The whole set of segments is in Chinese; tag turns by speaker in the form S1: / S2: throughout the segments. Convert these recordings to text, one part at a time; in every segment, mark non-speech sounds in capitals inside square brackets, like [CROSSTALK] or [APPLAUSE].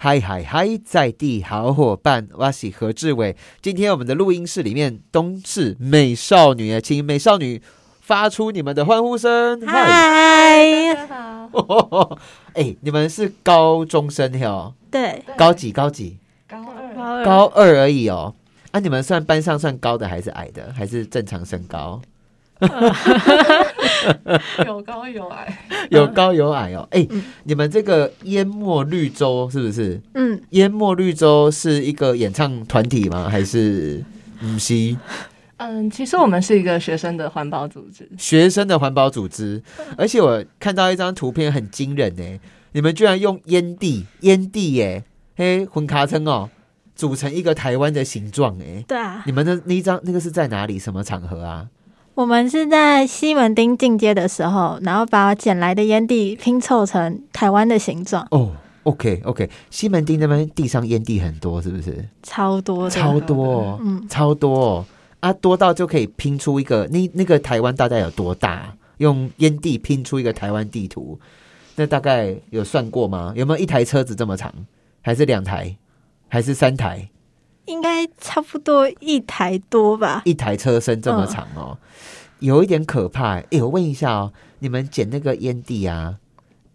S1: 嗨嗨嗨，在地好伙伴，我是何志伟。今天我们的录音室里面都是美少女耶，请美少女发出你们的欢呼声。嗨！ [LAUGHS]
S2: 嗨，
S3: 好，
S1: 哎，你们是高中生哟，
S2: 对，
S1: 高几高几？
S3: 高
S2: 高
S3: 二，
S2: 二
S1: 高二而已哦。啊，你们算班上算高的还是矮的，还是正常身高？
S3: [LAUGHS] 有高有哎矮，
S1: 有高有矮哦。哎、你们这个淹没绿洲是不是？
S2: 嗯，
S1: 淹没绿洲是一个演唱团体吗？还是嗯是
S3: 嗯，其实我们是一个学生的环保组织，
S1: 学生的环保组织？而且我看到一张图片很惊人呢、你们居然用烟蒂烟蒂耶、嘿混卡称哦，组成一个台湾的形状哎、
S2: 对啊，
S1: 你们的那一张那个是在哪里？什么场合啊？
S2: 我们是在西门町进阶的时候，然后把捡来的烟蒂拼凑成台湾的形状，
S1: 哦、o k OK，西门町那边地上烟蒂很多，是不是？
S2: 超多的，
S1: 超多、哦，
S2: 嗯
S1: 超多、哦、啊，多到就可以拼出一个那那个台湾大概有多大？用烟蒂拼出一个台湾地图，那大概有算过吗？有没有一台车子这么长？还是两台？还是三台？
S2: 应该差不多一台多吧。
S1: 一台车身这么长哦，有一点可怕、欸。哎、我问一下哦，你们捡那个烟蒂啊，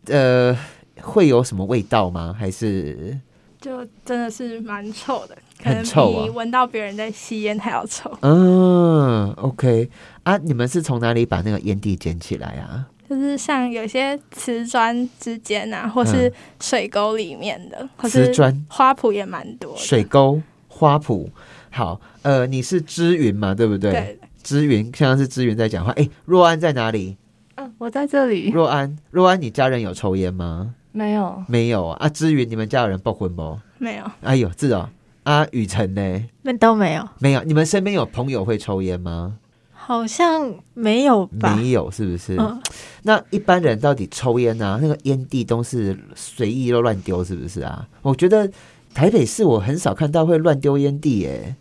S1: 呃，会有什么味道吗？还是
S4: 就真的是蛮臭的，可
S1: 很
S4: 能
S1: 臭啊
S4: 比闻到别人在吸烟还要臭。 [LAUGHS]
S1: 嗯，OK 啊？你们是从哪里把那个烟蒂捡起来啊？
S4: 就是像有些瓷砖之间啊，或是水沟里面的，或
S1: 嗯瓷
S4: 是
S1: 砖、
S4: 花圃也蛮多的。
S1: 水沟、花圃。好，呃，你是知云嘛，对不对？
S4: 对，
S1: 知云，现在是知云在讲话。哎，若安在哪里？
S3: 嗯，我在这里
S1: 若安，若安，你家人有抽烟吗？
S3: 没有，
S1: 没有啊。啊知云，你们家有人爆婚不？
S4: 没有，
S1: 哎呦，是哦。啊，雨辰呢？
S2: 那都没有，
S1: 没有。你们身边有朋友会抽烟吗？
S2: 好像没有吧？
S1: 没有，是不是？
S2: 嗯，
S1: 那一般人到底抽烟啊？那个烟蒂都是随意都乱丢，是不是啊？我觉得台北市我很少看到会乱丢烟蒂，耶，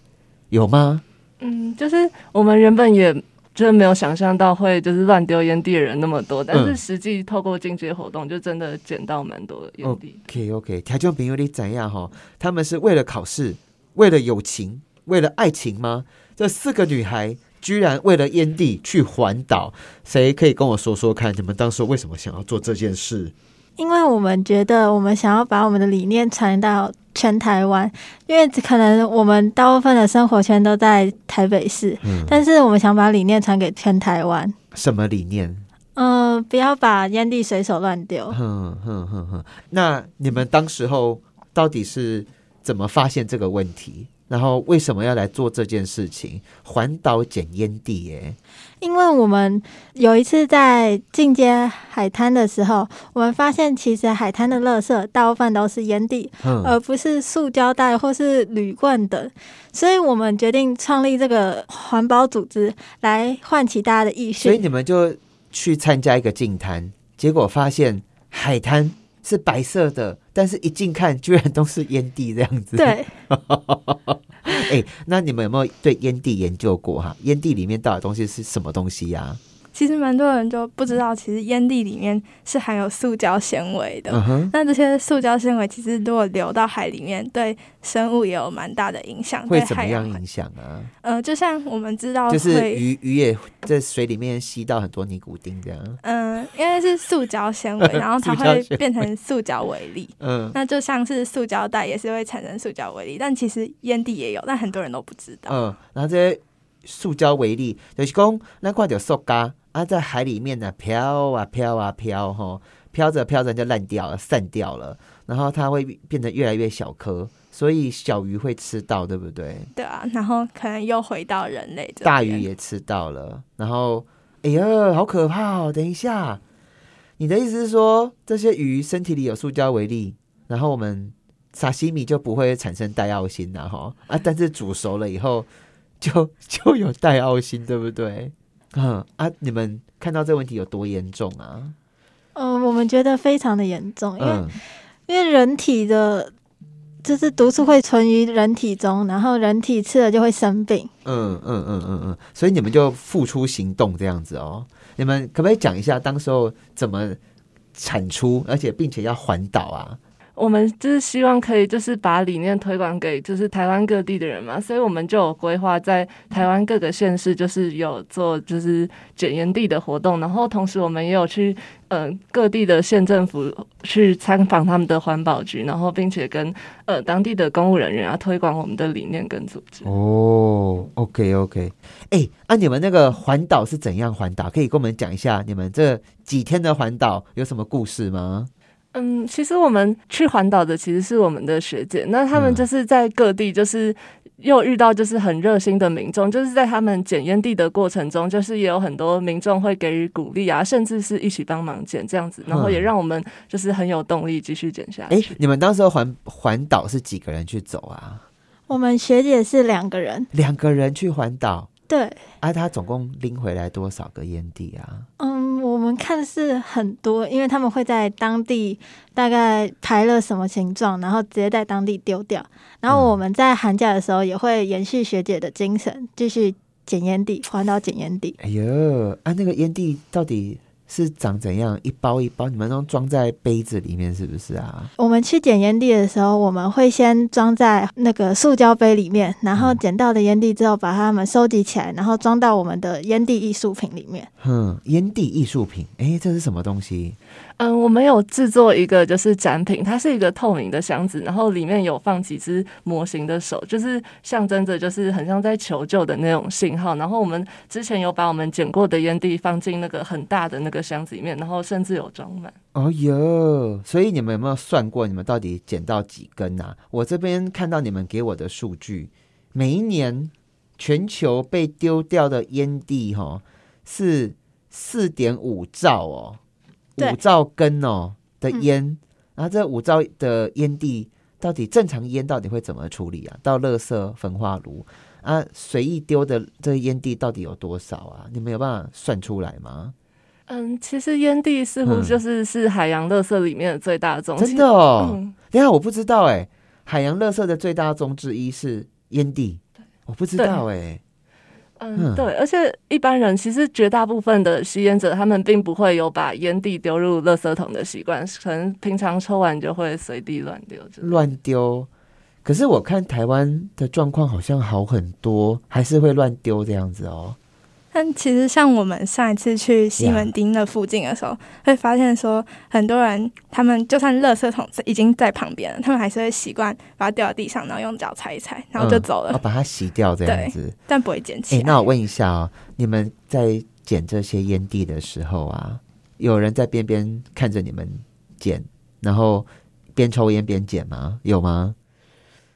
S1: 有吗？
S3: 嗯，就是我们原本也。就是没有想象到会就是乱丢烟蒂的人那么多，但是实际透过进阶活动，就真的捡到蛮多的烟蒂。
S1: OK OK，条件朋友你怎样哈？他们是为了考试，为了友情，为了爱情吗？这四个女孩居然为了烟蒂去环岛，谁可以跟我说说看，你们当时为什么想要做这件事？
S2: 因为我们觉得我们想要把我们的理念传到全台湾，因为可能我们大部分的生活圈都在台北市，
S1: 嗯，
S2: 但是我们想把理念传给全台湾。
S1: 什么理念？
S2: 嗯、不要把烟蒂随手乱丢。
S1: 哼哼哼哼。那你们当时候到底是怎么发现这个问题？然后为什么要来做这件事情？环岛捡烟蒂耶、
S2: 因为我们有一次在进阶海滩的时候，我们发现其实海滩的垃圾大部分都是烟蒂，
S1: 哼
S2: 而不是塑胶袋或是铝罐等，所以我们决定创立这个环保组织来唤起大家的意
S1: 所以
S2: 识。
S1: 你们就去参加一个净滩，结果发现海滩是白色的，但是一近看居然都是烟蒂这样子。，
S2: 对，
S1: 哎、那你们有没有对烟蒂研究过哈、烟蒂里面到底东西是什么东西啊呀、
S4: 其实蛮多人就不知道，其实烟蒂里面是含有塑胶纤维的。
S1: 嗯哼，
S4: 那这些塑胶纤维其实如果流到海里面，对生物也有蛮大的影响。
S1: 会
S4: 对
S1: 怎么
S4: 海
S1: 样
S4: 洋
S1: 影响啊？
S4: 呃，就像我们知道哦
S1: 就
S4: 会，
S1: 是鱼鱼也在水里面吸到很多尼古丁这样。
S4: 嗯，因为是塑胶
S1: [LAUGHS]
S4: 纤维，然后它
S1: 塑胶
S4: 会
S1: 纤维
S4: 变成塑胶微粒。
S1: 嗯
S4: 那就像是塑胶袋也是会产生塑胶微粒，但其实烟蒂也有，但很多人都不知道。
S1: 嗯，然后这些塑胶为例，就是讲那块就塑胶啊，在海里面呢、飘啊飘啊飘哈、飘着飘着就烂掉了，散掉了，然后它会变得越来越小颗，所以小鱼会吃到，对不对？
S4: 对啊，然后可能又回到人类这边
S1: 大鱼也吃到了，然后哎呀，好可怕哦！等一下，你的意思是说这些鱼身体里有塑胶微粒，然后我们沙西米就不会产生带奥辛然后啊，但是煮熟了以后就 [LAUGHS] 就有带奥辛，对不对？嗯啊，你们看到这问题有多严重啊？
S2: 嗯、我们觉得非常的严重，哦因为、
S1: 嗯
S2: 因为人体的就是毒素会存于人体中，然后人体吃了就会生病。
S1: 嗯嗯嗯嗯嗯，所以你们就付出行动这样子哦。你们可不可以讲一下当时候怎么产出，而且并且要环岛啊？
S3: 我们就是希望可以就是把理念推广给就是台湾各地的人嘛，所以我们就有规划在台湾各个县市就是有做就是捡烟地的活动，然后同时我们也有去呃各地的县政府去参访他们的环保局，然后并且跟呃当地的公务人员啊推广我们的理念跟组织。
S1: 哦，OK OK，哎、啊，你们那个环岛是怎样环岛？可以跟我们讲一下你们这几天的环岛有什么故事吗？
S3: 嗯，其实我们去环岛的其实是我们的学姐，那他
S1: 嗯
S3: 们就是在各地就是。又遇到就是很热心的民众，就是在他们捡烟蒂的过程中，就是也有很多民众会给予鼓励啊，甚至是一起帮忙捡这样子，然后也
S1: 嗯
S3: 让我们就是很有动力继续捡下
S1: 哎、
S3: 去。
S1: 你们当时候环环岛是几个人去走啊？
S2: 我们学姐是两个人，
S1: 两个人去环岛，
S2: 对，
S1: 啊，他总共拎回来多少个烟蒂啊？
S2: 嗯，我们看是很多，因为他们会在当地大概拍了什么形状，然后直接在当地丢掉。然后我们在寒假的时候也会延续学姐的精神，继续捡烟蒂，环岛捡烟蒂。
S1: 哎呦，啊，那个烟蒂到底是长怎样？一包一包，你们都装在杯子里面是不是啊？
S2: 我们去捡烟蒂的时候，我们会先装在那个塑胶杯里面，然后捡到的烟蒂之后，把它们收集起来，然后装到我们的烟蒂艺术品里面。
S1: 哼，烟蒂艺术品，哎、这是什么东西？
S3: 嗯，我们有制作一个就是展品，它是一个透明的箱子，然后里面有放几只模型的手，就是象征着就是很像在求救的那种信号。然后我们之前有把我们捡过的烟蒂放进那个很大的那个箱子里面，然后甚至有装满。
S1: 哦哟，所以你们有没有算过你们到底捡到几根啊？我这边看到你们给我的数据，每一年全球被丢掉的烟蒂哈、是四点五兆哦，
S2: 对
S1: 五兆根哦的
S2: 嗯
S1: 烟，然后这五兆的烟蒂到底正常烟到底会怎么处理啊？到垃圾焚化炉啊，随意丢的这烟蒂到底有多少啊？你们有办法算出来吗？
S3: 嗯，其实烟蒂似乎
S1: 嗯
S3: 就是是海洋垃圾里面的最大宗，
S1: 真的哦。
S3: 嗯，
S1: 等一下我不知道哎、海洋垃圾的最大宗之一是烟蒂，我不知道哎、嗯
S3: 嗯，对，而且一般人其实绝大部分的吸烟者，他们并不会有把烟蒂丢入垃圾桶的习惯，可能平常抽完就会随地乱丢之类的。
S1: 乱丢。可是我看台湾的状况好像好很多，还是会乱丢这样子
S4: [LAUGHS]
S1: 哦。
S4: 但其实像我们上一次去西门町那附近的时候会发现说很多人他们就算垃圾桶已经在旁边了，他们还是会习惯把它掉到地上，然后用脚踩一踩，然后就走了，
S1: 要、哦把它洗掉这样子。
S4: 但不会捡起
S1: 哎、
S4: 来。
S1: 嗯那我问一下哦，你们在捡这些烟蒂的时候啊，有人在边边看着你们捡，然后边抽烟边捡吗？有吗？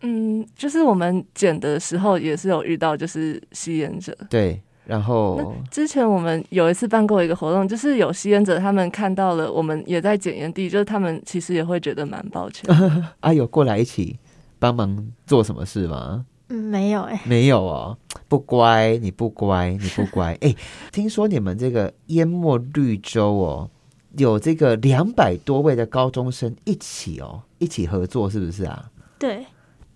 S3: 嗯，就是我们捡的时候也是有遇到，就是吸烟者。
S4: 呃
S1: 对，然后
S3: 那之前我们有一次办过一个活动，就是有吸烟者他们看到了我们也在捡烟蒂，就是他们其实也会觉得蛮抱歉。
S1: [LAUGHS] 啊，有过来一起帮忙做什么事吗？
S2: 嗯，没有哎、
S1: 没有哦，不乖，你不乖，你不乖。
S4: [LAUGHS]
S1: 哎、听说你们这个淹没绿洲哦，有这个两百多位的高中生一起哦，一起合作，是不是啊？
S2: 对，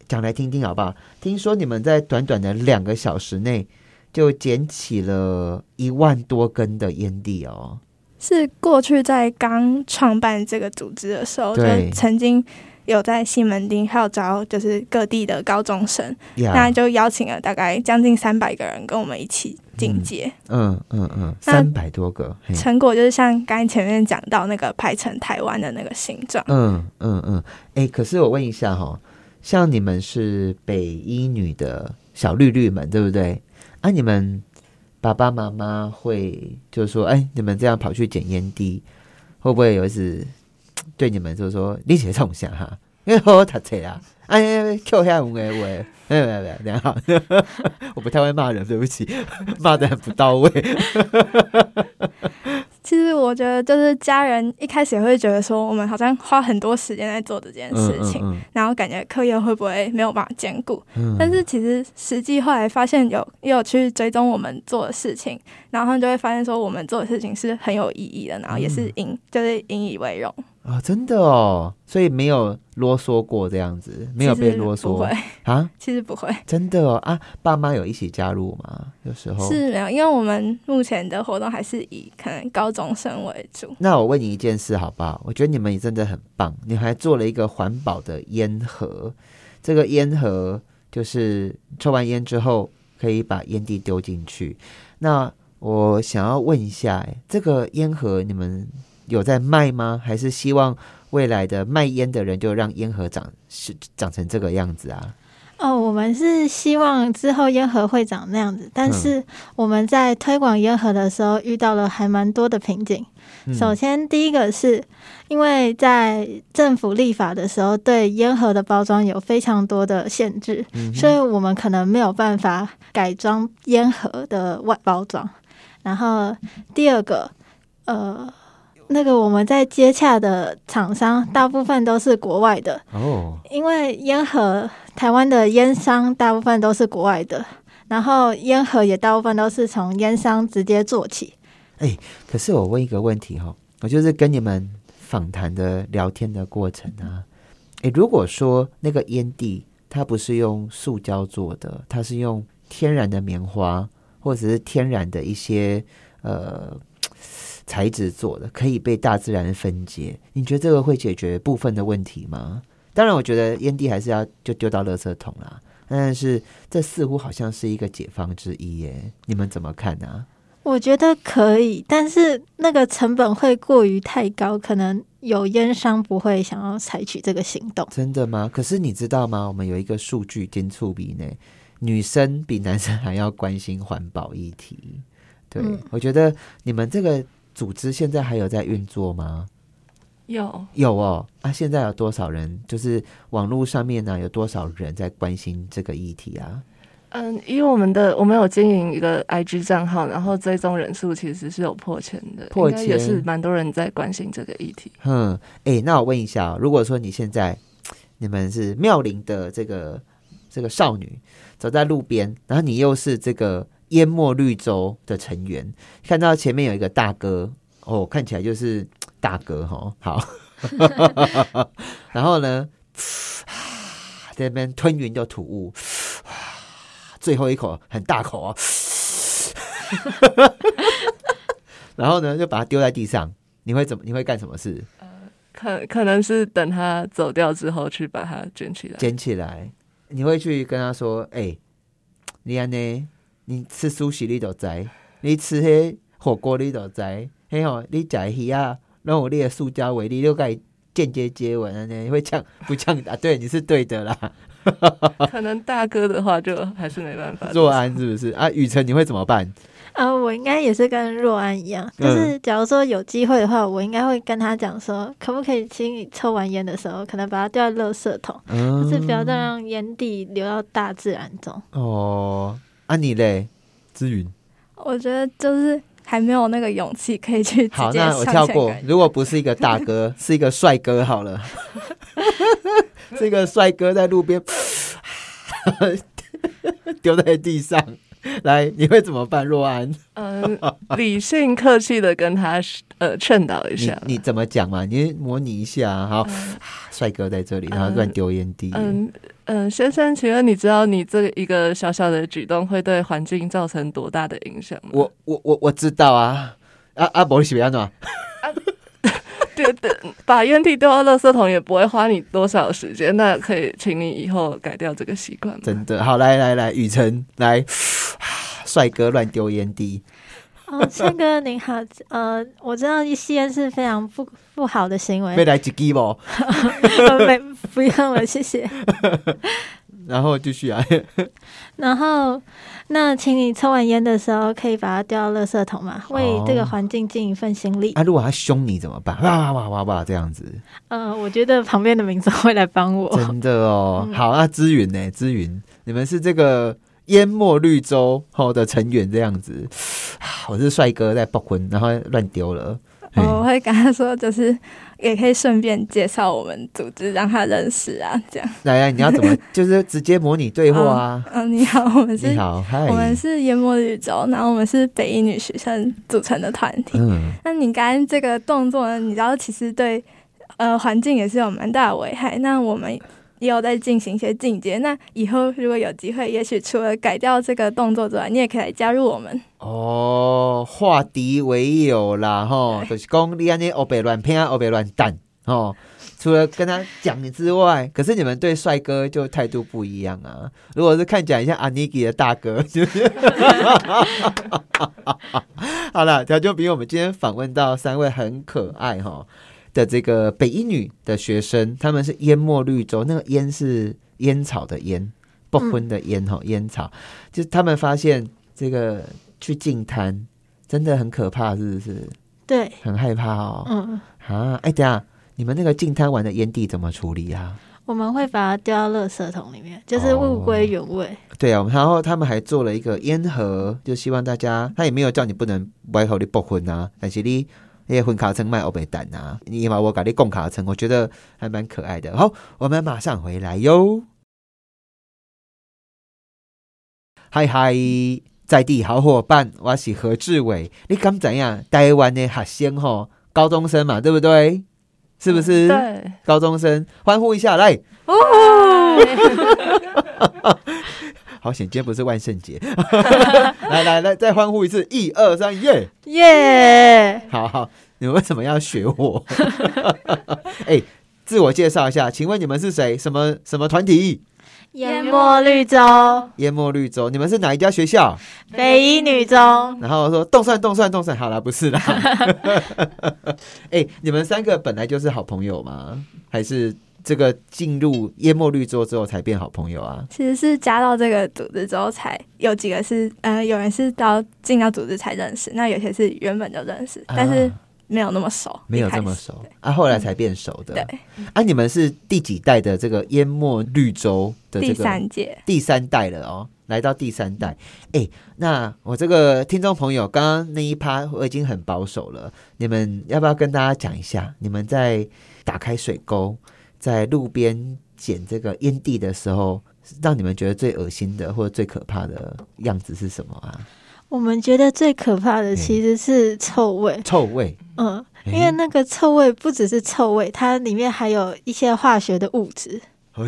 S1: 讲来听听好不好？听说你们在短短的两个小时内就捡起了一万多根的烟蒂哦。
S4: 是过去在刚创办这个组织的时候，就
S1: 对
S4: 曾经有在西门町号召，就是各地的高中生，那
S1: 呀，
S4: 就邀请了大概将近三百个人跟我们一起进阶。
S1: 嗯嗯嗯，
S4: 那
S1: 三百多个，嘿
S4: 成果就是像刚才前面讲到那个拍成台湾的那个形状，
S1: 嗯嗯嗯，哎、可是我问一下哈、像你们是北一女的小绿绿们，对不对？啊，你们爸爸妈妈会就是说，哎、你们这样跑去捡烟蒂，会不会有一次对你们就是说，你写冲下哈？因为我读册啦，哎、扣下五个话，没有没有没有， [LAUGHS] 这样好，我不太会骂人，对不起， [LAUGHS] 骂的很不到位。
S4: 其实我觉得就是家人一开始也会觉得说，我们好像花很多时间在做这件事情，
S1: 嗯
S4: 然后感觉课业会不会没有办法兼顾？
S1: 嗯
S4: 但是其实实际后来发现有也有去追踪我们做的事情，
S1: 嗯
S4: 然后他们就会发现说我们做的事情是很有意义的，然后也是引、就是引以为荣。
S1: 啊、真的哦，所以没有啰嗦过这样子，没有被啰
S4: 不
S1: 嗦
S4: 会， [LAUGHS]
S1: 啊，
S4: 其实不会，
S1: 真的哦啊，爸妈有一起加入吗？有时候
S4: 是没有，因为我们目前的活动还是以可能高中生为主。
S1: 那我问你一件事好不好？我觉得你们也真的很棒，你还做了一个环保的烟盒。这个烟盒就是抽完烟之后可以把烟蒂丢进去。那我想要问一下，哎这个烟盒你们有在卖吗？还是希望未来的卖烟的人就让烟盒长是长成这个样子啊？
S2: 哦，我们是希望之后烟盒会长那样子，
S1: 嗯
S2: 但是我们在推广烟盒的时候遇到了还蛮多的瓶颈。
S1: 嗯
S2: 首先，第一个是因为在政府立法的时候，对烟盒的包装有非常多的限制，
S1: 嗯哼
S2: 所以我们可能没有办法改装烟盒的外包装。然后第二个，呃，那个我们在接洽的厂商大部分都是国外的，
S1: 哦，
S2: 因为烟盒台湾的烟商大部分都是国外的，然后烟盒也大部分都是从烟商直接做起。
S1: 可是我问一个问题哈、我就是跟你们访谈的聊天的过程啊，诶，如果说那个烟蒂它不是用塑胶做的，它是用天然的棉花或者是天然的一些呃材质做的，可以被大自然分解，你觉得这个会解决部分的问题吗？当然，我觉得烟蒂还是要就丢到垃圾桶啦。但是这似乎好像是一个解放之一耶，你们怎么看呢、啊？
S2: 我觉得可以，但是那个成本会过于太高，可能有烟商不会想要采取这个行动。
S1: 真的吗？可是你知道吗？我们有一个数据监促比呢，女生比男生还要关心环保议题。对，
S2: 嗯
S1: 我觉得你们这个组织现在还有在运作吗？
S3: 有
S1: 有哦，啊，现在有多少人？就是网络上面啊呢、有多少人在关心这个议题啊？
S3: 嗯，因为我们的我们有经营一个 IG 账号，然后追踪人数其实是有破千的，
S1: 破
S3: 应该也
S1: 千
S3: 是蛮多人在关心这个议题。
S1: 哼，哎、那我问一下哦、如果说你现在你们是妙龄的这个这个少女，走在路边，然后你又是这个淹没绿洲的成员，看到前面有一个大哥，哦，看起来就是大哥哈，好， [LAUGHS] 然后呢，在那边吞云就吐雾，最后一口很大口哦， [LAUGHS] 然后呢就把它丢在地上，你会怎么？你会干什么事？
S3: 可可能是等他走掉之后去把它卷起来。
S1: 捡起来，你会去跟他说：“哎、你安呢？你吃苏西你都知，你吃黑火锅你都知，嘿吼，你吃鱼啊，然后你的塑胶为例，又该间接接吻安呢？你会呛不呛啊？对，你是对的啦，啊
S3: 可能大哥的话就还是没办法
S1: 若安是不是啊？雨辰，你会怎么办？
S2: 呃，我应该也是跟若安一样，但是假如说有机会的话，我应该会跟他讲说，可不可以请你抽完烟的时候，可能把它丢在垃圾桶，
S1: 嗯，
S2: 就是不要再让烟蒂流到大自然中。
S1: 哦，啊你嘞，之云。
S4: 我觉得就是还没有那个勇气可以去直
S1: 好，
S4: 接
S1: 那我
S4: 上
S1: 跳
S4: 线
S1: 过
S4: 感。
S1: 如果不是一个大
S4: [LAUGHS]
S1: 哥，是一个帅哥好了， [LAUGHS] 是一个帅哥在路边 [LAUGHS] 丢在地上，来，你会怎么办？若安，
S3: 嗯，理性客气的跟他呃劝导一
S1: 你
S4: 啊
S3: 下。
S1: 你怎么讲嘛？你模拟一下啊，好，
S3: 嗯
S1: 帅哥在这
S4: 嗯
S1: 里，然后乱丢烟蒂，
S3: 嗯嗯，先生，请问你知道你这一个小小的举动会对环境造成多大的影响吗？
S1: 我我我我知道啊，啊啊，伯利西比亚诺，
S3: [LAUGHS] 对对，把烟蒂丢到垃圾桶也不会花你多少时间，那可以请你以后改掉这个习惯吗？
S1: 真的好，来来来，雨辰来， [SIGHS] 帅哥乱丢烟蒂，
S2: 哦，宪哥您好， [LAUGHS] 呃，我知道吸烟是非常不不好的行为 [LAUGHS] 呃
S4: 哎
S1: 被，来几记不？
S2: 没不用了，谢谢。
S1: 然后继续啊，
S2: 然后，那请你抽完烟的时候，可以把它丢到垃圾桶嘛，为这个环境尽一份心力。
S1: 啊，如果他凶你怎么办？哇哇哇哇哇这样子，
S2: 呃，我觉得旁边的民众会来帮
S1: [LAUGHS]
S2: 我。
S1: 真的哦。
S2: 嗯
S1: 好，那资云呢？资云，你们是这个淹没绿洲后的成员这样子。 [SIGHS] 我是帅哥在爆婚，然后乱丢了。嘿
S4: 我会跟他说，就是也可以顺便介绍我们组织，让他认识啊，这样。
S1: 来来，你要
S4: [LAUGHS]
S1: 怎么？就是直接模拟对话啊。
S4: 嗯，你好，我们是
S1: 你好，嗨
S4: 我，们是淹没绿洲，然后我们是北一女学生组成的团体。
S1: 嗯，
S4: 那你刚刚这个动作呢？你知道，其实对呃环境也是有蛮大的危害。那我们也有在进行一些进阶。那以后如果有机会，也许除了改掉这个动作之外，你也可以来加入我们。
S1: 哦，化敌为友啦，
S4: [LAUGHS]
S1: 吼，就是讲你安尼欧北乱偏啊，欧北乱蛋，吼。哦除了跟他讲之外，可是你们对帅哥就态度不一样啊。如果是看起来像阿尼基的大哥， [LAUGHS] 就是好了，调就比我们今天访问到三位很可爱哈的这个北一女的学生，他们是淹没绿洲，那个烟是烟草的烟，不婚的烟哈，烟草，就是他们发现这个去净滩真的很可怕，是不是？
S2: 对，
S1: 很害怕哦。
S2: 嗯，
S1: 啊，哎，等一下。你们那个净滩玩的烟蒂怎么处理啊？
S2: 我们会把它丢到垃圾桶里面，就是物归原位。
S1: 对啊，然后他们还做了一个烟盒，就希望大家，他也没有叫你不能歪头你不婚啊，但是你那些婚卡称卖欧北蛋啊，你把我搞你供卡称，我觉得还蛮可爱的。好，我们马上回来哟。嗨嗨，在地好伙伴，我是何志伟。你敢怎样？台湾的学生吼，高中生嘛，对不对？是不是？
S3: 嗯对，
S1: 高中生欢呼一下，来， [LAUGHS] 好险，今天不是万圣节。 [LAUGHS] 来来来，再欢呼一次，一二三，耶！
S2: 耶！
S1: 好好，你们为什么要学我？ [LAUGHS] 哎、自我介绍一下，请问你们是谁？什么什么团体？
S2: 淹没绿洲，
S1: 淹没绿洲，你们是哪一家学校？
S2: 北一女中，
S1: 然后说动算动算动算，好啦，不是啦。 [LAUGHS] 哎、你们三个本来就是好朋友吗？还是这个进入淹没绿洲之后才变好朋友啊？
S4: 其实是加到这个组织之后，才有几个是呃，有人是到进到组织才认识，那有些是原本就认识，但是
S1: 啊
S4: 没有那么熟，
S1: 没有
S4: 一开
S1: 这么
S4: 始嗯
S1: 熟啊，后来才变熟的。
S4: 对，
S1: 啊，你们是第几代的这个淹没绿洲的这
S4: 第
S1: 个
S4: 三嗯届
S1: 第三代了哦，来到第三代。哎，那我这个听众朋友，刚刚那一趴我已经很保守了，你们要不要跟大家讲一下，你们在打开水沟，在路边捡这个烟蒂的时候，让你们觉得最恶心的或者最可怕的样子是什么啊？
S2: 我们觉得最可怕的其实是臭味。
S1: 臭味。
S2: 嗯，
S1: 哎
S2: 因为那个臭味不只是臭味，它里面还有一些化学的物质，
S1: 哎，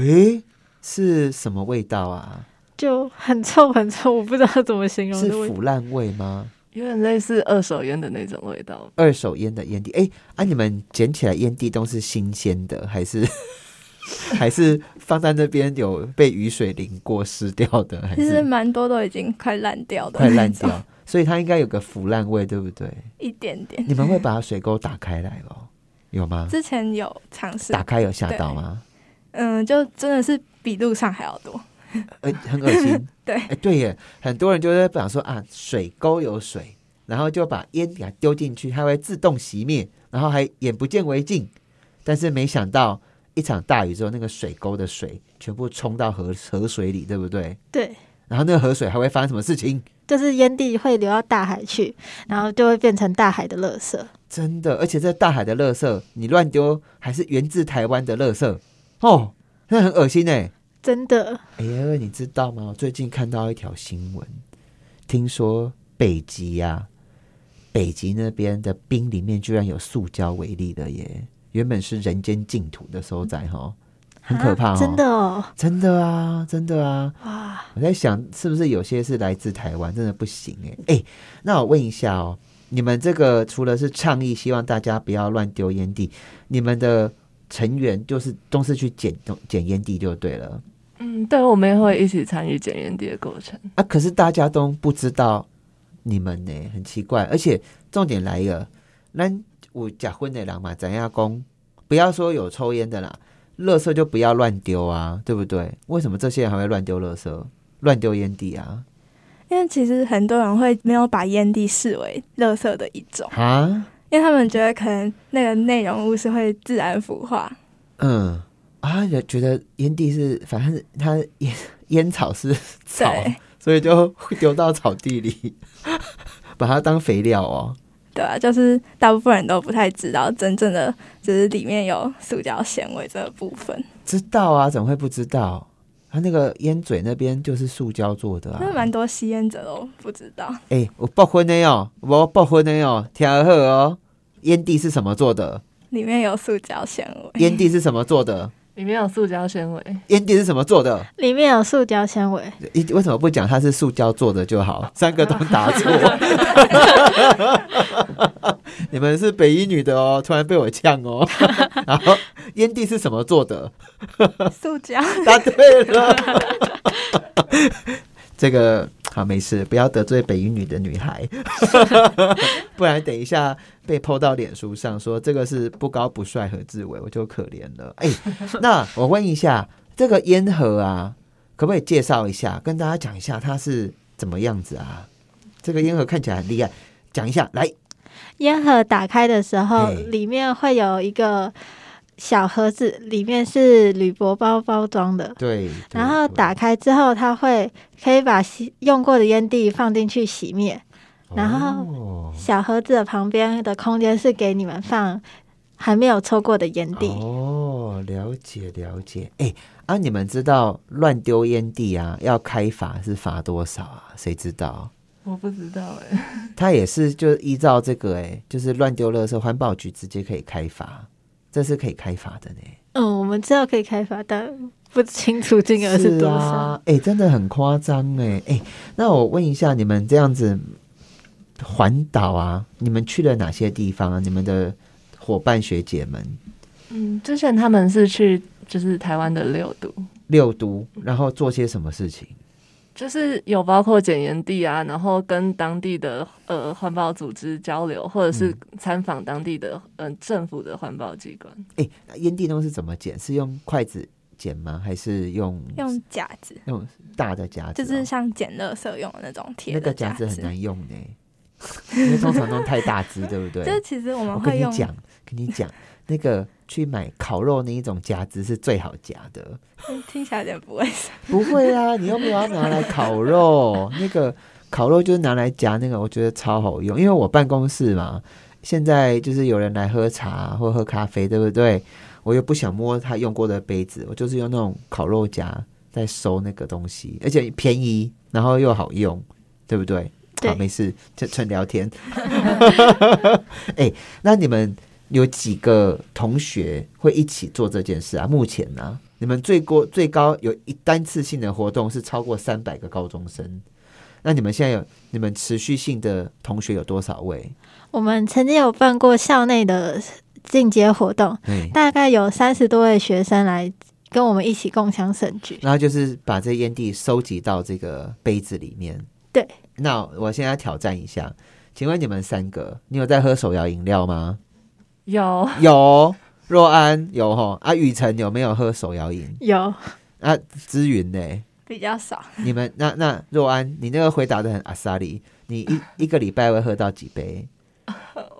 S1: 是什么味道啊？
S2: 就很臭很臭，我不知道怎么形容
S1: 是
S2: 的味道。
S1: 腐烂味吗？
S3: 有点类似二手烟的那种味道。
S1: 二手烟的烟蒂，哎、啊，你们捡起来烟蒂都是新鲜的，还是 [LAUGHS] 还是放在那边有被雨水淋过湿掉的，还
S4: 其实
S1: 是
S4: 蛮多都已经快烂掉的，
S1: 快烂，掉？所以它应该有个腐烂味，对不对？
S4: 一点点。
S1: 你们会把水沟打开来哦？有吗？
S4: 之前有尝试，
S1: 打开有吓到吗？
S4: 嗯，就真的是比路上还要多。
S1: 呃，很恶心。
S4: 对
S1: 哎、对耶，很多人就在想说啊，水沟有水，然后就把烟给它丢进去，它会自动熄灭，然后还眼不见为净。但是没想到一场大雨之后，那个水沟的水全部冲到河河水里，对不对？
S2: 对，
S1: 然后那个河水还会发生什么事情？
S2: 就是烟蒂会流到大海去，然后就会变成大海的垃圾。
S1: 真的，而且在大海的垃圾，你乱丢还是源自台湾的垃圾哦，那很恶心哎。
S2: 真的，
S1: 哎呀，你知道吗？我最近看到一条新闻，听说北极呀、北极那边的冰里面居然有塑胶为例的耶，原本是人间净土的所在哈，很可怕、哦
S2: 啊真的，哦，
S1: 真的啊，真的啊！
S2: 哇，
S1: 我在想，是不是有些是来自台湾，真的不行哎哎。那我问一下哦，你们这个除了是倡议，希望大家不要乱丢烟蒂，你们的成员就是都是去捡捡烟蒂就对了。
S3: 嗯，对，我们也会一起参与检验地的过程。
S1: 啊，可是大家都不知道你们呢，很奇怪。而且重点来了，咱有假婚的人嘛，咱要公，不要说有抽烟的啦，垃圾就不要乱丢啊，对不对？为什么这些人还会乱丢垃圾、乱丢烟蒂啊？
S4: 因为其实很多人会没有把烟蒂视为垃圾的一种，
S1: 啊，
S4: 因为他们觉得可能那个内容物是会自然腐化，
S1: 嗯啊，也觉得烟蒂是，反正它烟烟草是草，
S4: 对
S1: 所以就会丢到草地里， [LAUGHS] 把它当肥料哦。
S4: 对啊，就是大部分人都不太知道真正的，就是里面有塑胶纤维这个部分，
S1: 知道啊，怎么会不知道？它那个烟嘴那边就是塑胶做的啊
S4: 因为。蛮多吸烟者都不知道。
S1: 哎、我爆婚的哦，我爆婚的哦，听好哦。烟蒂是什么做的？
S4: 里面有塑胶纤维，
S1: 烟蒂是什么做的？
S3: 里面有塑胶纤维，
S1: 烟蒂是什么做的？
S2: 里面有塑胶纤维，
S1: 一为什么不讲它是塑胶做的就好？三个都答错。你们是北一女的哦，突然被我呛哦。 [LAUGHS] 然后烟蒂是什么做的？
S4: 塑胶。
S1: [LAUGHS] 答对了。这个好没事，不要得罪北一女的女孩， [LAUGHS] 不然等一下被泼到脸书上说这个是不高不帅何志伟，我就可怜了。 [LAUGHS] 哎、那我问一下，这个烟盒啊，可不可以介绍一下，跟大家讲一下它是怎么样子啊？这个烟盒看起来很厉害，讲一下来。
S2: 烟盒打开的时候
S1: 嘿，
S2: 里面会有一个小盒子，里面是铝箔包包装的。
S1: 对，对
S2: 然后
S1: 对
S2: 打开之后，它会可以把吸用过的烟蒂放进去熄灭。然后
S1: 哦
S2: 小盒子的旁边的空间是给你们放还没有抽过的烟蒂。
S1: 哦，了解了解。哎、啊，你们知道乱丢烟蒂啊，要开罚是罚多少啊？谁知道？
S3: 我不知道哎、
S1: 他也是就依照这个、哎，就是乱丢垃圾，环保局直接可以开罚，这是可以开罚的呢。
S2: 嗯，我们知道可以开发，但不清楚金额是多少。
S1: 啊，哎、真的很夸张哎哎。那我问一下，你们这样子环岛啊，你们去了哪些地方啊？你们的伙伴学姐们
S3: 嗯，之前他们是去就是台湾的六都，
S1: 六都，然后做些什么事情？
S3: 就是有包括检验地啊，然后跟当地的呃环保组织交流，或者是
S1: 嗯
S3: 参访当地的嗯、呃政府的环保机关。
S1: 哎、那烟蒂都是怎么剪？是用筷子剪吗？还是用
S4: 用夹子，
S1: 用大的夹子
S4: 就
S1: 哦、
S4: 是像捡垃圾用的那种铁
S1: 那
S4: 的
S1: 个
S4: 夹
S1: 夹子很难用呢、因为通常都太大只，对不对？
S4: [LAUGHS] 就是其实我们
S1: 我跟
S4: 会
S1: 你
S4: 用，
S1: 讲，跟你讲，那个去买烤肉那一种夹子是最好夹的。
S4: 嗯听起来有点不卫生。
S1: 不会啊，你又没有要拿来烤肉，那个烤肉就是拿来夹那个，我觉得超好用。因为我办公室嘛，现在就是有人来喝茶或喝咖啡，对不对？我又不想摸他用过的杯子，我就是用那种烤肉夹在收那个东西，而且便宜，然后又好用，对不对？
S2: 对
S1: 好，没事，就纯聊天。 [LAUGHS] 哎、那你们有几个同学会一起做这件事啊？目前呢、你们最高最高有一单次性的活动是超过三百个高中生。那你们现在有你们持续性的同学有多少位？
S2: 我们曾经有办过校内的进阶活动，
S1: 对，
S2: 大概有三十多位学生来跟我们一起共享省局。
S1: 然后就是把这烟蒂收集到这个杯子里面。
S2: 对，
S1: 那我现在挑战一下，请问你们三个，你有在喝手摇饮料吗？
S3: 有
S1: [LAUGHS] 有，若安有吼啊，雨辰有没有喝手摇饮？
S2: 有，
S1: 啊，资云呢？
S4: 比较少，
S1: 你们那那若安，你那个回答的很阿萨里，你一一个礼拜会喝到几杯？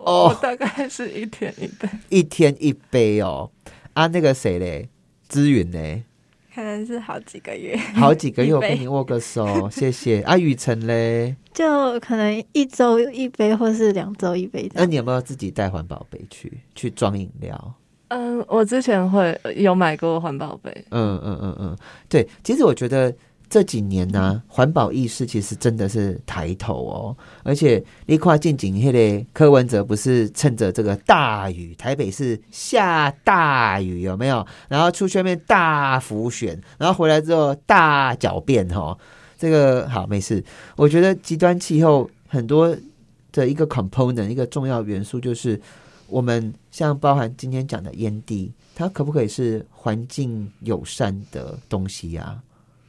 S1: 哦
S3: 我大概是一天一杯，
S1: 一天一杯哦。啊，那个谁嘞，资云嘞，
S4: 可能是好几个月， [LAUGHS]
S1: 好几个月
S4: 一
S1: 我
S4: 杯
S1: 跟你握个手，谢谢。啊，雨辰
S4: [LAUGHS]
S1: 嘞，
S2: 就可能一周一杯或是两周一杯这
S1: 那
S2: 样。
S1: 你有没有自己带环保杯去去装饮料？
S3: 嗯，我之前会呃有买过环保杯，
S1: 嗯嗯嗯嗯，对，其实我觉得这几年呢、环保意识其实真的是抬头哦，而且你跨近景迄个柯文哲不是趁着这个大雨，台北是下大雨有没有？然后出去外面大浮选，然后回来之后大狡辩哦，这个好没事，我觉得极端气候很多的一个 component 一个重要元素就是我们像包含今天讲的烟蒂，它可不可以是环境友善的东西呀、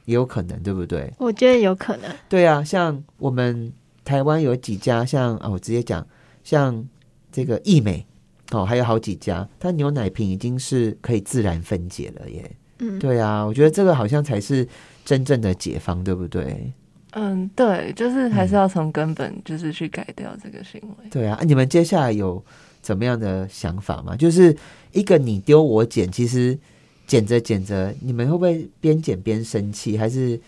S1: 也有可能，对不对？
S2: 我觉得有可能，
S1: 对啊，像我们台湾有几家，像啊，我直接讲，像这个益美哦，还有好几家，它牛奶瓶已经是可以自然分解了耶。
S2: 嗯，
S1: 对啊，我觉得这个好像才是真正的解放，对不对？
S3: 嗯，对，就是还
S1: 嗯
S3: 是要从根本就是去改掉这个行为。
S1: 对啊，你们接下来有怎么样的想法吗？就是一个你丢我捡，其实捡着捡着，你们会不会边捡边生气，还是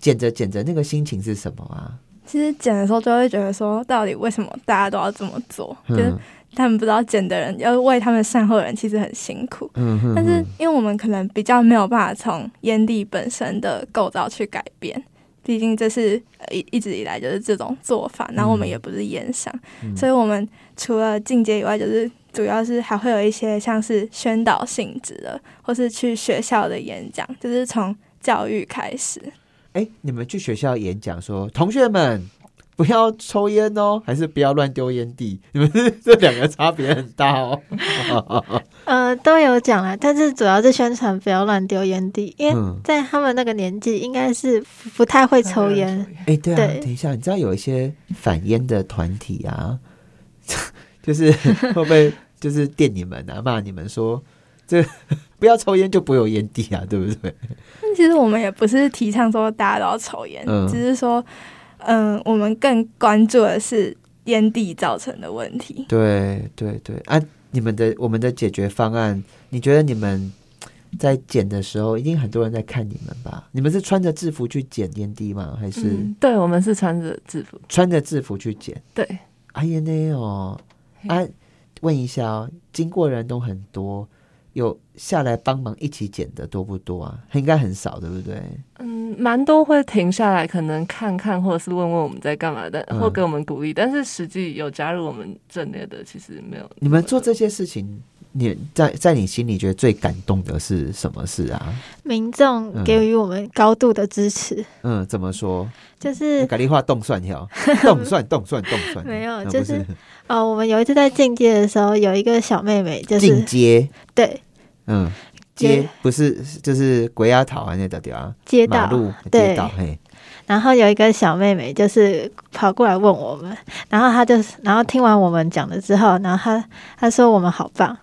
S1: 捡着捡着那个心情是什么啊？
S4: 其实捡的时候就会觉得说，到底为什么大家都要这么做？就是
S1: 嗯
S4: 他们不知道捡的人要为他们善后的人其实很辛苦，
S1: 嗯哼
S4: 但是
S1: 哼
S4: 因为我们可能比较没有办法从烟蒂本身的构造去改变，毕竟这是呃一一直以来就是这种做法，然后我们
S1: 嗯
S4: 也不是烟商，
S1: 嗯
S4: 所以我们除了进阶以外，就是主要是还会有一些像是宣导性质的，或是去学校的演讲，就是从教育开始。
S1: 哎、你们去学校演讲说，同学们不要抽烟哦，还是不要乱丢烟蒂？ [LAUGHS] 你们是这两个差别很大哦。
S2: 呃，都有讲啦，但是主要是宣传不要乱丢烟蒂，因为
S1: 嗯，
S2: 在他们那个年纪，应该是不太会抽烟。
S1: 哎、对啊，
S2: 对
S1: 等一下，你知道有一些反烟的团体啊， [LAUGHS] 就是 [LAUGHS] 会不会就是电你们啊，骂你们说这不要抽烟就不会有烟蒂啊，对不对？
S4: 但其实我们也不是提倡说大家都要抽烟，
S1: 嗯
S4: 只是说，嗯、我们更关注的是烟蒂造成的问题。
S1: [LAUGHS] 对对对啊！你们的我们的解决方案，你觉得你们在剪的时候，一定很多人在看你们吧？你们是穿着制服去剪烟蒂吗？还是
S4: 嗯
S3: 对，我们是穿着制服，
S1: 穿着制服去剪？
S3: 对，
S1: 哎呀那哦，啊，问一下哦，经过人都很多，有下来帮忙一起剪的多不多啊？应该很少，对不对？
S3: 嗯，蛮多会停下来，可能看看或者是问问我们在干嘛的，
S1: 嗯
S3: 或给我们鼓励。但是实际有加入我们阵列的，其实没有。
S1: 你们做这些事情，你在在你心里觉得最感动的是什么事啊？
S2: 民众给予我们高度的支持，
S1: 嗯，怎么说？
S2: 就是
S1: 咖喱话动算跳，动算动算动算，
S2: [LAUGHS] 没有
S1: 嗯
S2: 就
S1: 不
S2: 是呃，我们有一次在进阶的时候，有一个小妹妹，就
S1: 进
S2: 是
S1: 阶，
S2: 对
S1: 嗯，
S2: 街
S1: 街不是就是鬼压桃啊那条条啊，
S2: 街
S1: 马
S2: 道，
S1: 路
S2: 对
S1: 街道，嘿，
S2: 然后有一个小妹妹就是跑过来问我们，然后她就然后听完我们讲了之后，然后她她说我们好棒，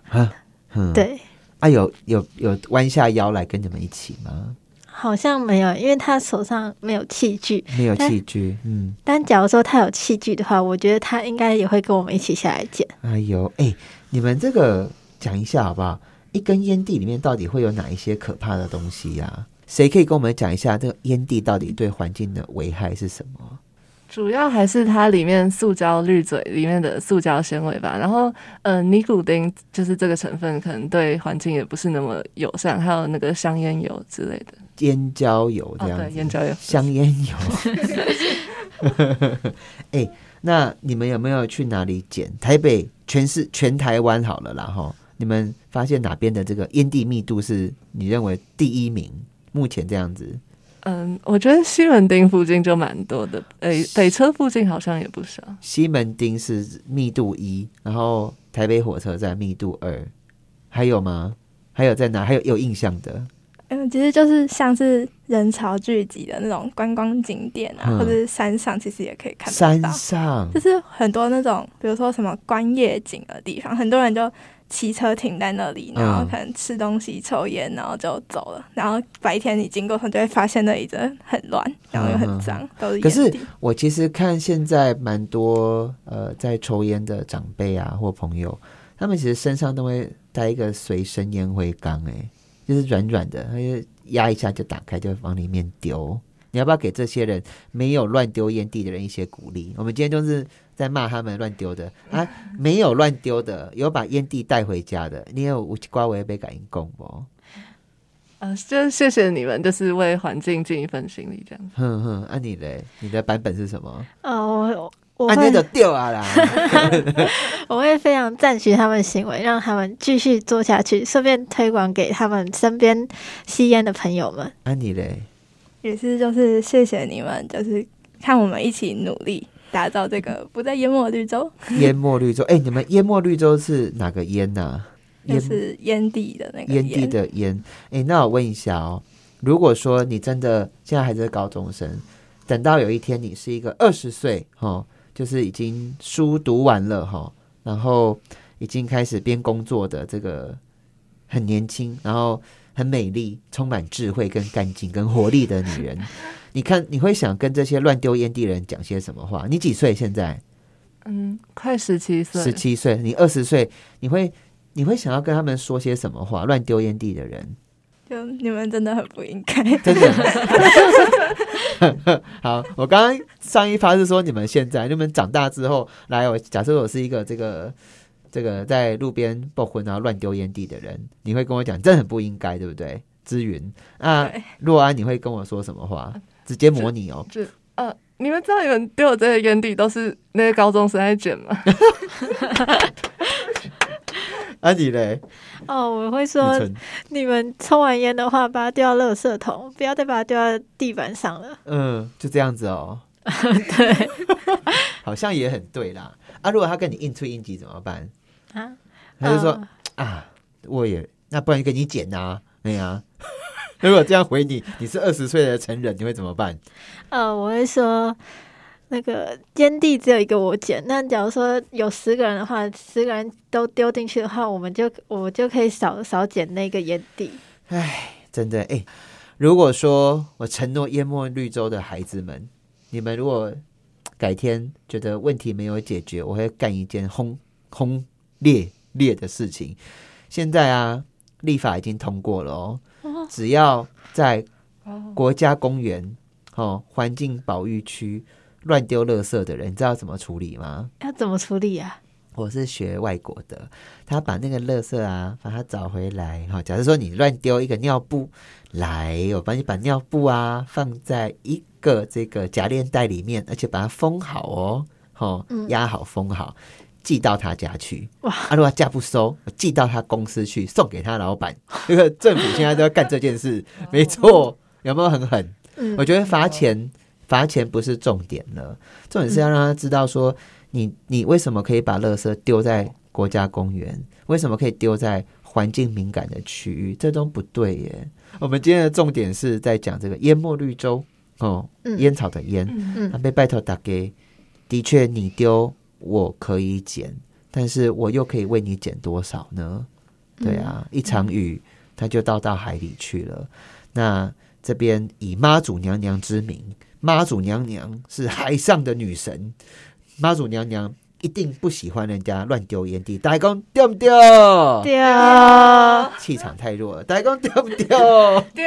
S1: 嗯，，
S2: 对，
S1: 啊有有有弯下腰来跟你们一起吗？
S2: 好像没有，因为她手上没有器具，
S1: 没有
S3: 哎
S2: 但
S1: 器具，嗯，
S2: 但假如说她有器具的话，我觉得她应该也会跟我们一起下来捡。
S1: 哎呦，哎，你们这个讲一下好不好？一根烟蒂里面到底会有哪一些可怕的东西呀、谁可以跟我们讲一下这个烟蒂到底对环境的危害是什么？
S3: 主要还是它里面塑胶滤嘴里面的塑胶纤维吧，然后呃，尼古丁就是这个成分，可能对环境也不是那么友善，还有那个香烟油之类的。
S1: 烟焦油这
S3: 哦，
S1: 样
S3: 对，
S1: 子，
S3: 烟焦油。
S1: 香烟油。哎、那你们有没有去哪里捡？台北全是全台湾好了啦哈。你们发现哪边的这个烟蒂密度是你认为第一名？目前这样子，
S3: 嗯，我觉得西门町附近就蛮多的，北北车附近好像也不少。
S1: 西门町是密度一，然后台北火车站密度二，还有吗？还有在哪？还有有印象的？
S4: 嗯，其实就是像是人潮聚集的那种观光景点啊，
S1: 嗯
S4: 或者是山上，其实也可以看得
S1: 山
S4: 到。
S1: 上
S4: 就是很多那种，比如说什么观夜景的地方，很多人就骑车停在那里，
S1: 嗯
S4: 然后可能吃东西、抽烟，然后就走了。然后白天你经过的时候，就会发现那里真的很乱，然后又很脏，都是
S1: 嗯可是
S4: 烟蒂。
S1: 我其实看现在蛮多呃在抽烟的长辈啊或朋友，他们其实身上都会带一个随身烟灰缸、哎，就是软软的，他就压一下就打开，就往里面丢。你要不要给这些人没有乱丢烟蒂的人一些鼓励？我们今天就是在骂他们乱丢
S2: [LAUGHS]
S1: 的啊，没有乱丢的，有把烟蒂带回家的，你有有瓜维被感应供不？
S3: 呃，就是谢谢你们，就是为环境尽一份心力这样。
S1: 哼哼，啊你嘞，你的版本是什么？
S2: 呃，我我
S1: 啊，你
S2: 会、
S1: 就丢啊啦。
S2: 我会非常赞许他们的行为，让他们继续做下去，顺便推广给他们身边吸烟的朋友们。
S1: 啊你嘞，
S4: 也是就是谢谢你们，就是看我们一起努力打造这
S1: 嗯
S4: 个不再淹没的绿洲，
S1: 淹没绿洲，哎、你们淹没绿洲是哪个烟呐、
S4: 就
S1: 淹
S4: 是烟蒂的那个
S1: 烟蒂的烟。哎、那我问一下哦，如果说你真的现在还是高中生，等到有一天你是一个二十岁哦，就是已经书读完了哈、哦，然后已经开始边工作的这个很年轻，然后很美丽、充满智慧、跟干劲、跟活力的女人，你看你会想跟这些乱丢烟蒂的人讲些什么话？你几岁现在？
S3: 嗯，快十七岁，
S1: 十七岁，你二十岁，你会你会想要跟他们说些什么话？乱丢烟蒂的人，
S4: 就你们真的很不应该。
S1: 真的。好，我刚刚上一发是说你们现在，你们长大之后，来，我假设我是一个这个这个在路边爆婚然后乱丢烟蒂的人，你会跟我讲，这很不应该，对不对？之云，那
S4: 对
S1: 若安，你会跟我说什么话？直接模
S3: [LAUGHS]
S1: 拟哦，
S3: 就呃，你们知道你们丢的这些烟蒂都是那些高中生在捡吗？
S1: 啊你嘞？
S2: 哦，我会
S1: 李
S2: 说，
S1: 纯
S2: 你们抽完烟的话，把它丢到垃圾桶，不要再把它丢到地板上了。
S1: 嗯，就这样子哦。
S2: [LAUGHS] 对
S1: [LAUGHS] 好像也很对啦。啊，如果他跟你硬推硬挤怎么办？
S2: 啊，
S1: 他就说、
S2: 呃
S1: 啊，我也那不然给你剪啊，哎呀、 [LAUGHS] 如果这样回你，你是二十岁的成人，你会怎么办？
S2: 呃，我会说，那个烟蒂只有一个我捡。那假如说有十个人的话，十个人都丢进去的话，我们就我就可以少少捡那个烟蒂。
S1: 真的哎、如果说我承诺淹没绿洲的孩子们，你们如果改天觉得问题没有解决，我会干一件轰轰烈烈的事情。现在啊，立法已经通过了哦，只要在国家公园哦环境保育区乱丢垃圾的人，你知道怎么处理吗？
S2: 要怎么处理啊？
S1: 我是学外国的，他把那个垃圾啊，把它找回来。哈、假如说你乱丢一个尿布，来，我帮你把尿布啊放在一个这个夹链袋里面，而且把它封好哦，哦，压好封好，寄到他家去。哇！啊，如果他家不收，我寄到他公司去，送给他老板。 [LAUGHS] 这个政府现在都要干这件事，没错，有没有很狠？
S2: 嗯
S1: 我，觉得罚钱，罚钱不是重点了，重
S2: 嗯
S1: 点是要让他知道说，你你为什么可以把垃圾丢在国家公园，为什么可以丢在环境敏感的区域，这都不对耶。我们今天的重点是在讲这个淹没绿洲哦，
S2: 嗯
S1: 烟草的烟，
S2: 嗯
S1: 啊那被拜托打给，的确你丢我可以捡，但是我又可以为你捡多少呢？对啊，一场雨它就倒到海里去了。那这边以妈祖娘娘之名，妈祖娘娘是海上的女神，妈祖娘娘一定不喜欢人家乱丢烟蒂，大家讲对不对？
S2: 丢啊
S1: 气场太弱了，大家讲对不对？
S2: 丢，
S1: [LAUGHS]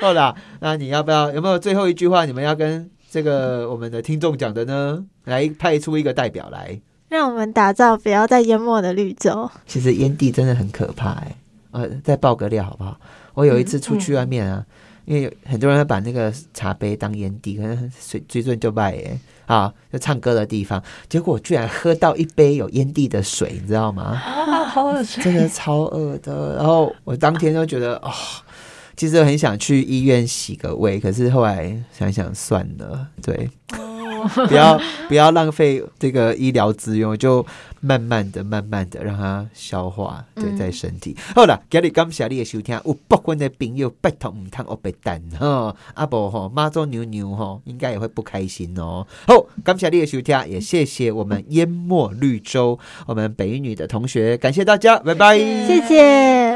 S1: 好啦，那你要不要有没有最后一句话你们要跟这个我们的听众讲的呢？来派出一个代表来。
S2: 让我们打造不要再淹没的绿洲。
S1: 其实烟蒂真的很可怕哎、呃，再爆个料好不好？我有一次出去外面啊，因为有很多人会把那个茶杯当烟蒂，可能水追尊就卖耶、啊，就唱歌的地方，结果我居然喝到一杯有烟蒂的水，你知道吗？
S3: [LAUGHS] 啊，好恶
S1: 真的超恶的。然后我当天就觉得哦，其实很想去医院洗个胃，可是后来想一想算了，对，不要不要浪费这个医疗资源，我就慢慢的、慢慢的让它消化，对，
S2: 嗯
S1: 在身体。好啦，今日感谢你的收听，有不婚的朋友拜托唔通恶白蛋哈，阿伯吼妈祖牛牛吼，应该也会不开心哦。好，感谢你的收听，也谢谢我 [LAUGHS] 们淹没绿洲我们北一女的同学，感谢大家，拜拜。
S2: 谢谢。
S4: 嗯